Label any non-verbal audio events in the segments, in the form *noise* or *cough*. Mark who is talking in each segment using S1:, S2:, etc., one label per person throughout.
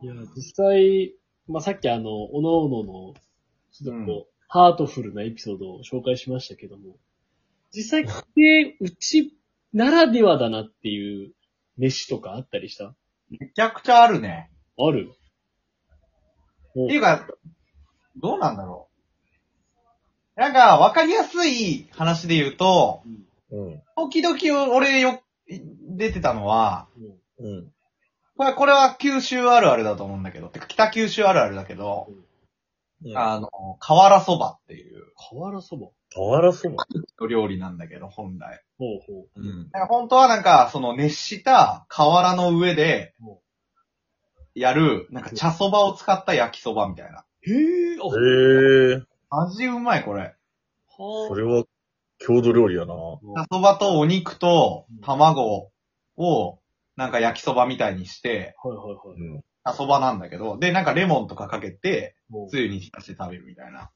S1: いや、実際、まあ、さっきあの、おのおのの、ちょっとこう、ハートフルなエピソードを紹介しましたけども、実際、これ、うちならではだなっていう飯とかあったりした
S2: めちゃくちゃあるね。
S1: ある
S2: っていうか、どうなんだろう。なんか、わかりやすい話で言うと、
S3: うん。
S2: 時々俺よ、出てたのは、
S1: うん
S3: うん。
S2: これ、これは九州あるあるだと思うんだけど、てか北九州あるあるだけど、あの、瓦そばっていう
S1: 瓦そば
S3: 俵そば
S2: お料理なんだけど、本来。
S1: ほうほう。
S3: うん。
S2: なんか本当はなんか、その熱した瓦の上で
S1: うん、
S2: やる、なんか茶そばを使った焼きそばみたいな。
S1: へえ、あ、
S3: へえ、
S2: 味うまい、これ。
S1: は
S3: そ
S1: あ
S3: れは、郷土料理やな。
S2: 茶そばとお肉と
S1: うん
S2: 卵を、なんか焼きそばみたいにして、
S1: はいはいは
S3: う
S1: い。
S3: ん。
S2: 茶そばなんだけど、で、なんかレモンとかかけて、
S1: もう
S2: つゆに浸して食べるみたいな。
S1: は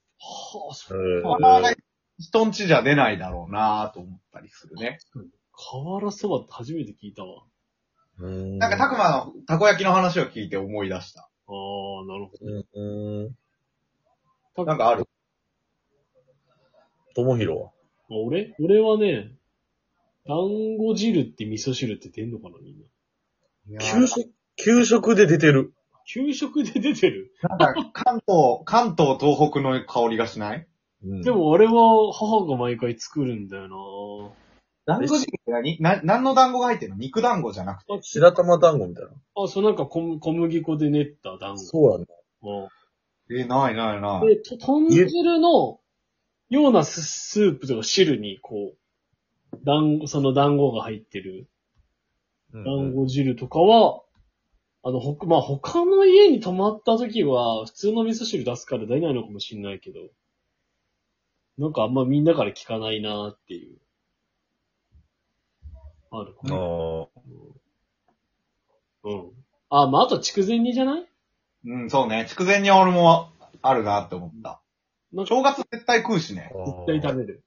S1: あ、そ
S3: へ
S1: う。
S2: これは
S3: え
S2: ね人んちじゃ出ないだろうなぁと思ったりするね。
S1: 瓦そばって初めて聞いたわ。
S3: うん。
S2: なんか、たくまのたこ焼きの話を聞いて思い出した。
S1: ああ、なるほ
S3: うん。
S1: ど。
S2: なんかある
S3: ともひろ
S1: あ俺俺はね、団子汁って味噌汁って出んのかな、みんな。
S2: いやー
S3: は。給食、給食で出てる。
S1: 給食で出てる、
S2: なんか、関東、関東、東北の香りがしない
S3: うん
S1: で、も俺は母が毎回作るんだよ
S2: 団子汁って何な、何の団子が入ってんの肉団子じゃなくて。
S1: なあし
S3: 白玉団子みたいな。
S1: あ、そうなんか小麦小麦粉で練った団子。
S3: そうやね。
S1: うん
S2: え、ないないない。
S1: で、と豚汁のようなススープとか汁に、こう、団子、その団子が入ってる
S3: うん
S1: 団子汁とかは、あの、ほか、まあ、他の家に泊まった時は、普通の味噌汁出すから出ないのかもしれないけど、なんかあんまみんなから聞かないなーっていう。あるかな。
S3: あ
S1: うん。あ、まあ、あと筑前煮じゃない
S2: うん、そうね。筑前煮は俺もあるなって思った。
S1: なんか
S2: 正月絶対食うしね。
S3: あ。
S1: 絶対食べる。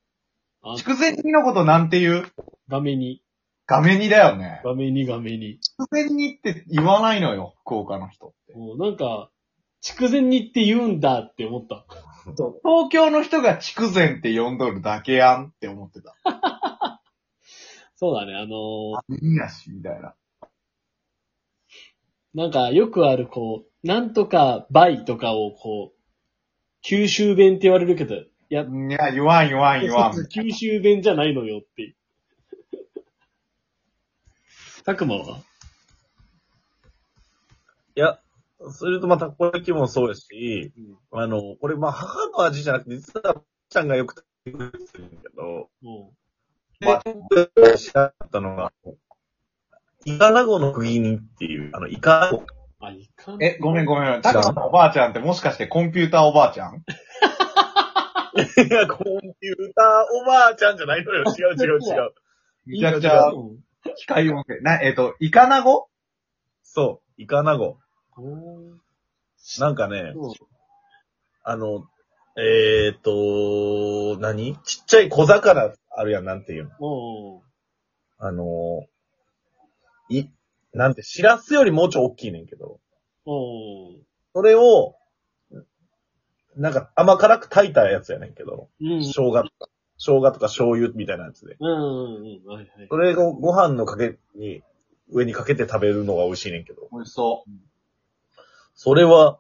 S2: 筑前煮のことなんて言う
S1: 画面に、
S2: 画面煮だよね。
S1: 画面に、画面に。
S2: 筑前煮って言わないのよ、福岡の人って。
S1: もうなんか、筑前煮って言うんだって思った。
S2: 東京の人が筑前って呼んどるだけやんって思ってた。
S1: そうだね、あのー
S2: いやし、みたいな。
S1: なんかよくあるこう、なんとか倍とかをこう、九州弁って言われるけど、いや、
S2: いや、言わん言わん言わん。
S1: 九州弁じゃないのよっていう。たくまはい
S3: や、それとまあ、たこ焼きもそうやし、
S1: うん
S3: あの、これまあ、母の味じゃなくて、実は、ちゃんがよく食べてくれてるんだけど、
S1: も
S3: まあ、知らなかったのが、イカナゴの釘にっていう、あの、イカナゴ。
S1: う、あ、いかん。
S2: え、ごめんごめん。たかのおばあちゃんってもしかしてコンピューターおばあちゃん
S3: いや、コンピューターおばあちゃんじゃ *laughs* ないのよ。違う違う違う。
S2: めちゃくちゃ
S1: うん
S2: 機械音声。な、えっ、と、イカナゴ
S3: そう、イカナゴ。
S1: うん
S3: なんかね、
S1: うん
S3: あの、えーっと、何ちっちゃい小魚あるやん、なんていうの。
S1: も
S3: あの、い、なんて、シラスよりもうちょい大きいねんけど、
S1: う、も
S3: それを、なんか甘辛く炊いたやつやねんけど、
S1: う、うん。
S3: 生姜とか、生姜とか醤油みたいなやつで。
S1: うん、うん、うん、はいはい。
S3: それをご飯のかけに、上にかけて食べるのが美味しいねんけど、
S2: 美味しそ
S3: それは、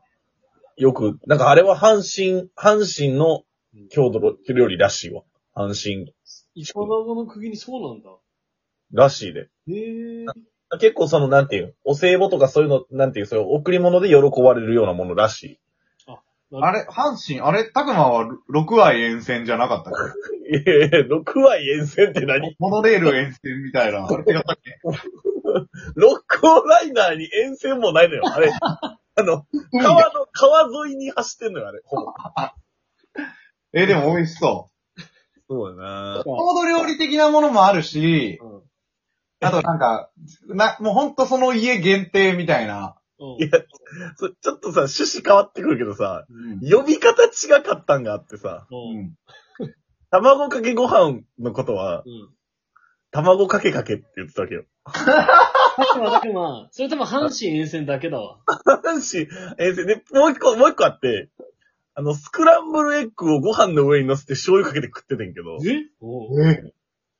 S3: よく、なんかあれは阪神、阪神の郷土料理らしいわ。阪神
S1: イカナゴの釘にそうなんだ。
S3: らしいで。
S1: へえ。
S3: 結構その、なんていう、お歳暮とかそういうの、なんていう、そういう贈り物で喜ばれるようなものらしい。
S2: う。あれ、阪神、あれ、たくまは六愛沿線じゃなかったっ
S3: いやいや、6割沿線って何
S2: けモノレール沿線みたい *laughs* な。いや
S3: 六甲ライナーに沿線もないのよ、あ *laughs* れ。あの、川の、川沿いに走ってんのよ、あれ。ほぼ。
S2: え、でも美味しそ
S3: そうだな
S2: う。郷土料理的なものもあるし、
S1: うん
S2: *laughs* あとなんか、な、もうほんとその家限定みたいな。
S1: うん
S3: いやそちょっとさ、趣旨変わってくるけどさ、
S2: うん。
S3: 呼び方違かったんがあってさ、
S1: うん
S3: 卵かけご飯のことは、
S1: うん
S3: 卵かけかけって言ってたわけよ。
S1: たくま、たくま。それ多分阪神沿線だけだわ。
S3: 阪神、えーで、もう一個、もう一個あって、あの、スクランブルエッグをご飯の上に乗せて醤油かけて食っててんけど、
S1: えおう
S2: え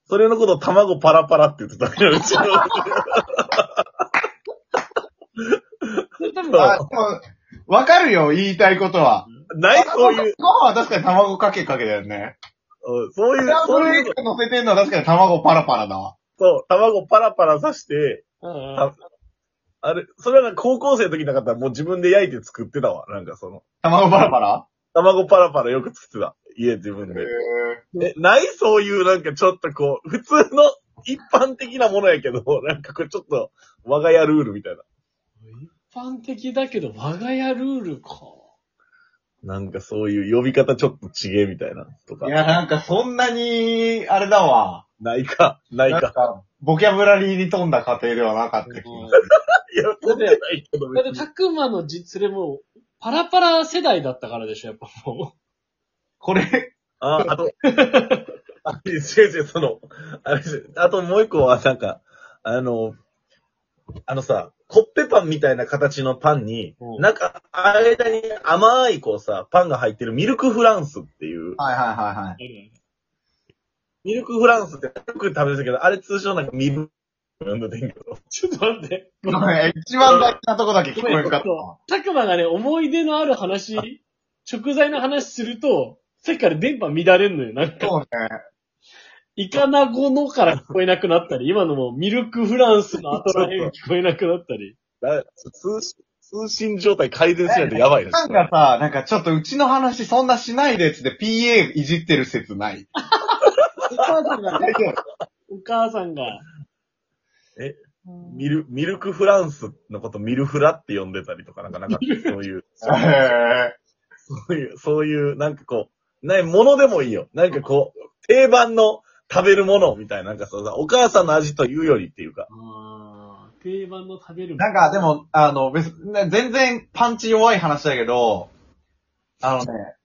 S3: それのことを卵パラパラって言ってたけど、うちの。
S1: それ多分、
S3: そう
S2: あ、でも、わかるよ、言いたいことは。
S3: ない、そういう、
S2: ご飯は確かに卵かけかけだよね。
S3: うんそういう、
S2: そ
S3: そう
S2: れ
S3: いう、
S2: 乗せてんのは確かに卵パラパラだわ。
S3: そう、卵パラパラ刺して、
S1: うん
S3: ああれ、それはなんか高校生の時なかったらもう自分で焼いて作ってたわ。なんかその、
S2: 卵パラパラ
S3: 卵パラパラよく作ってた。家自分
S2: へ
S3: で。
S2: ー
S3: え、ないそういうなんかちょっとこう、普通の一般的なものやけど、なんかこれちょっと我が家ルールみたいな。
S1: 一般的だけど、我が家ルールか。
S3: なんかそういう呼び方ちょっとちげえみたいな、とか
S2: い。や、なんかそんなに、あれだわ。
S3: ないか、ない
S2: なん
S3: か。
S2: か、ボキャブラリーに富んだ家庭ではなかった気がする。
S3: いや、飛んでないけど
S1: だ
S3: 別
S1: って、
S3: に
S1: たくまの実、それもう、パラパラ世代だったからでしょ、やっぱも
S2: これ、
S3: あ、
S2: *laughs*
S3: あと、あれ、先生、その、あれ、あともう一個はなんか、あの、あのさ、コッペパンみたいな形のパンに、
S1: うん
S3: なんか、間に甘いこうさ、パンが入ってるミルクフランスっていう、
S2: はいはいはいは
S1: う。
S3: ミルクフランスってよく食べてたけど、あれ通称なんかミルク、なんだってんけど。
S1: ちょっと待って。
S2: いごめん。一番大事なとこだけ聞こえんかったわ。
S1: たくまがね、思い出のある話、食材の話すると、さっきから電波乱れんのよ。なんか、
S2: そうね。
S1: イカナゴのから聞こえなくなったり、今のもミルクフランスの後らへん聞こえなくなったり。
S3: だ通信、通信状態改善しないとやばいね。
S2: なんかさ、なんかちょっとうちの話そんなしないでっつって PA いじってる説ない。
S1: お母さんが、
S2: 大丈夫。
S1: お母さんが、
S3: ミル、ミルクフランスのことミルフラって呼んでたりとか、なんかなんか、そういう、
S2: *laughs* へ
S3: そういう、 *laughs* そういう、なんかこう、ない、ものでもいいよ。なんかこう、定番の食べるものみたいな、なんかそうさ、お母さんの味というよりっていうか。
S1: あー定番の食べる
S2: ー。なんかでも、あの、別、ね全然パンチ弱い話だけど、あのね、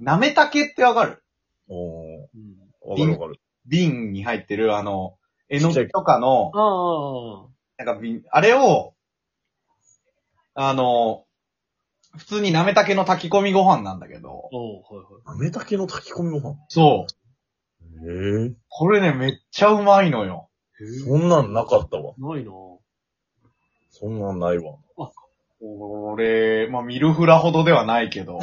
S2: なめたけってわかる
S3: おー、
S1: うん
S3: わかるわかる。
S2: 瓶に入ってる、あの、えのきとかの、
S1: ああああ、
S2: なんか瓶、あれを、あの、普通になめたけの炊き込みご飯なんだけど、
S1: おう、はいはい。
S3: なめたけの炊き込みご飯。
S2: そう。
S3: へえ。
S2: これね、めっちゃうまいのよ。
S3: そんなんなかったわ。
S1: ないな
S3: そんなんないわ。
S2: 俺、まあ、ミルフラほどではないけど、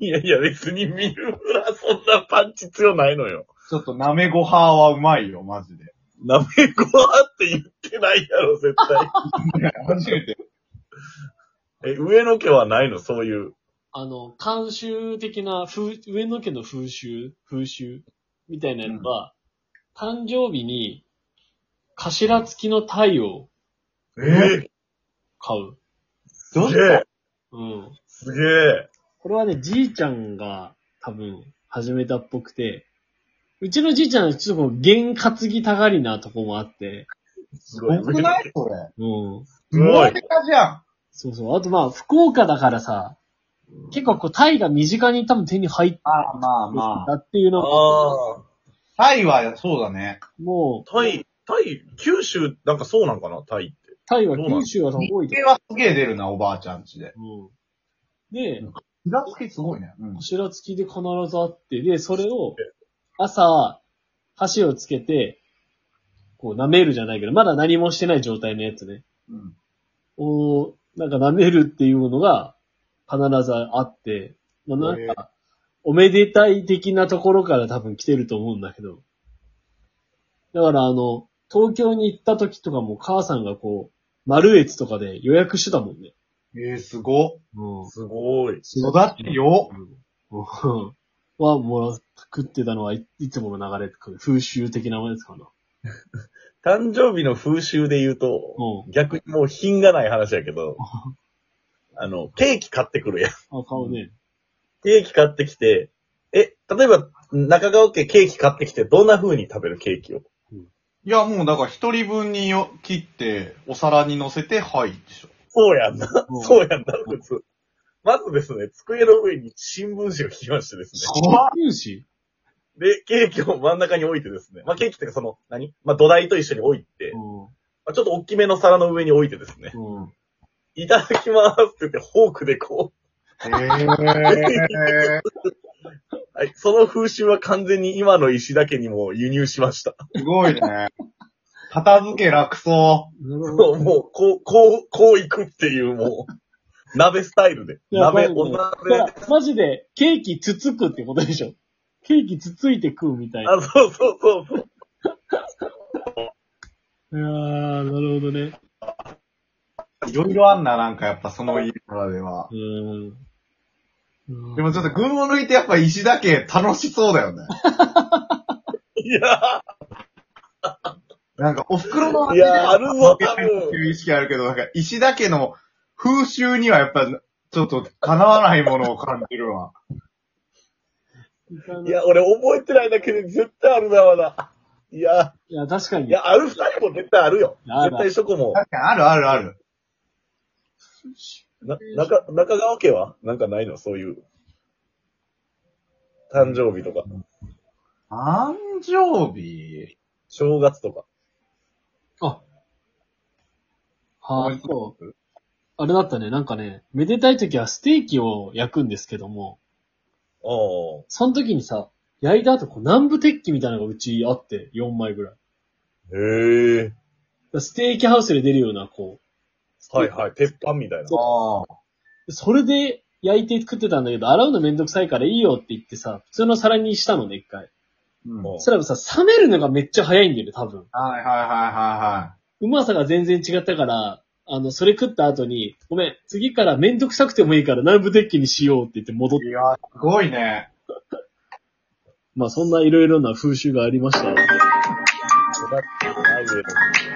S3: いやいや、別にミルフラ、そんなパンチ強ないのよ。
S2: ちょっとなめごははうまいよ、マジで。
S3: なめごはって言ってないやろ、絶対。 *laughs*
S2: 初めて。
S3: え、上野家はないの、そういう。
S1: あの、慣習的な風、上野家の風習、風習みたいなのは、誕生日に、頭付きのタイを
S3: え
S1: 買う。
S2: どう
S3: すげ
S2: し
S3: え。
S1: うん。
S3: すげえ。
S1: これはね、じいちゃんが多分始めたっぽくて、うちのじいちゃん、ちょっとこう、験担ぎたがりなとこもあって、
S3: す
S2: た僕くないそれ。
S1: うん。
S3: すごい
S2: モー。カじゃん。
S1: そうそう。あとまあ、福岡だからさ、結構こう、タイが身近に多分手に入って
S2: まあまあまあ。
S1: たっていうのが、
S3: ああ。
S2: タイは、そうだね。
S1: もう、
S3: タイ、タイ、九州、なんかそうなんかな、タイって。
S1: タイは九州は多分多いと
S2: 手はすげえ出るな、おばあちゃんちで。
S1: 思う。で、
S2: 裏付けすごいね。うん。
S1: 柱付きで必ずあって、で、それを、朝、箸をつけて、こう舐めるじゃないけど、まだ何もしてない状態のやつね。
S2: うん。
S1: を、なんか舐めるっていうのが、必ずあって、まあなんか、おめでたい的なところから多分来てると思うんだけど。だからあの、東京に行った時とかも母さんがこう、丸越とかで予約してたもんね。
S2: えー、すご。
S1: うん。
S3: すごい。
S2: 育ってよ。
S1: うん *laughs* は、もら、食ってたのはい、いつもの流れ、風習的なやつかな。
S3: 誕生日の風習で言うと、
S1: う
S3: 逆にもう品がない話やけど、あの、ケーキ買ってくるやん。
S1: ん。あ、顔ね。
S3: ケーキ買ってきて、え、例えば、中川家ケーキ買ってきて、どんな風に食べるケーキを
S2: いや、もうだから一人分によ切って、お皿に乗せて、はい、でしょ。
S3: そうやんな。
S1: うん
S3: そうやんな、普通。まずですね、机の上に新聞紙を引きましてですね。
S2: 怖っ
S1: 有志
S3: で、ケーキを真ん中に置いてですね。まあ、ケーキっていうかその、何まあ、土台と一緒に置いて、
S1: うん。
S3: まあちょっと大きめの皿の上に置いてですね、
S2: うん。
S1: *laughs*
S3: いただきますって言って、フォークでこ
S2: へ
S3: う、はい、その風習は完全に今の石田家にも輸入しました。
S2: え。すごいね。 *laughs* 片付け楽そう。
S1: なるほ
S3: も
S1: ど。
S3: う、もうこう、こう、こう行くっていう、もう、鍋スタイルで。
S1: いや
S3: 鍋、
S1: まあ
S3: お
S1: だか
S3: 鍋。
S1: ら、マジで、ケーキつつくってことでしょ *laughs* ケーキつついて食うみたいな。
S3: あ、そうそうそうそう。
S1: いやー、なるほどね。
S2: いろいろあんな、なんかやっぱその家からでは。
S1: うーん。うん
S2: でもちょっと群を抜いてやっぱ石だけ楽しそうだよね。
S3: いや
S2: なんかお袋の
S3: ー、いやー、あるぞ、多
S2: って
S3: 分。
S2: いう意識あるけど、なんか石だけの風習にはやっぱちょっと叶わないものを感じるわ。
S3: いや、俺覚えてないだけで絶対あるな、まだ。いや、
S1: いや、確かに。
S3: いや、ある二人も絶対あるよ。
S1: ある
S3: 絶対そこも。
S2: 確かにあるあるある。
S3: な、中、中川家はなんかないのそういう。誕生日とか、
S2: 誕生日
S3: 正月とか。
S1: あ。はあ、そう。あれだったね、なんかね、めでたい時はステーキを焼くんですけども、
S3: あ
S1: その時にさ、焼いた後、こう南部鉄器みたいなのがうちあって、4枚ぐらい。だか
S3: あ。へえ。
S1: らステーキハウスで出るような、こ
S3: はいはい。鉄板みたいな。
S2: ああ。
S1: う、それで焼いて食ってたんだけど、洗うのめんどくさいからいいよって言ってさ、普通の皿にしたのね、一回。
S2: うん。
S3: う
S2: はい
S3: ん
S1: それもさ、冷めるのがめっちゃ早いんだよね、多分。
S2: はいはいは
S1: うまさが全然違ったから、あの、それ食った後に、ごめん、次からめんどくさくてもいいから南部鉄器にしようって言って戻っ
S2: いはい。いや、すごいね。
S1: まあそんないろいろな風習がありましたよ。
S3: ない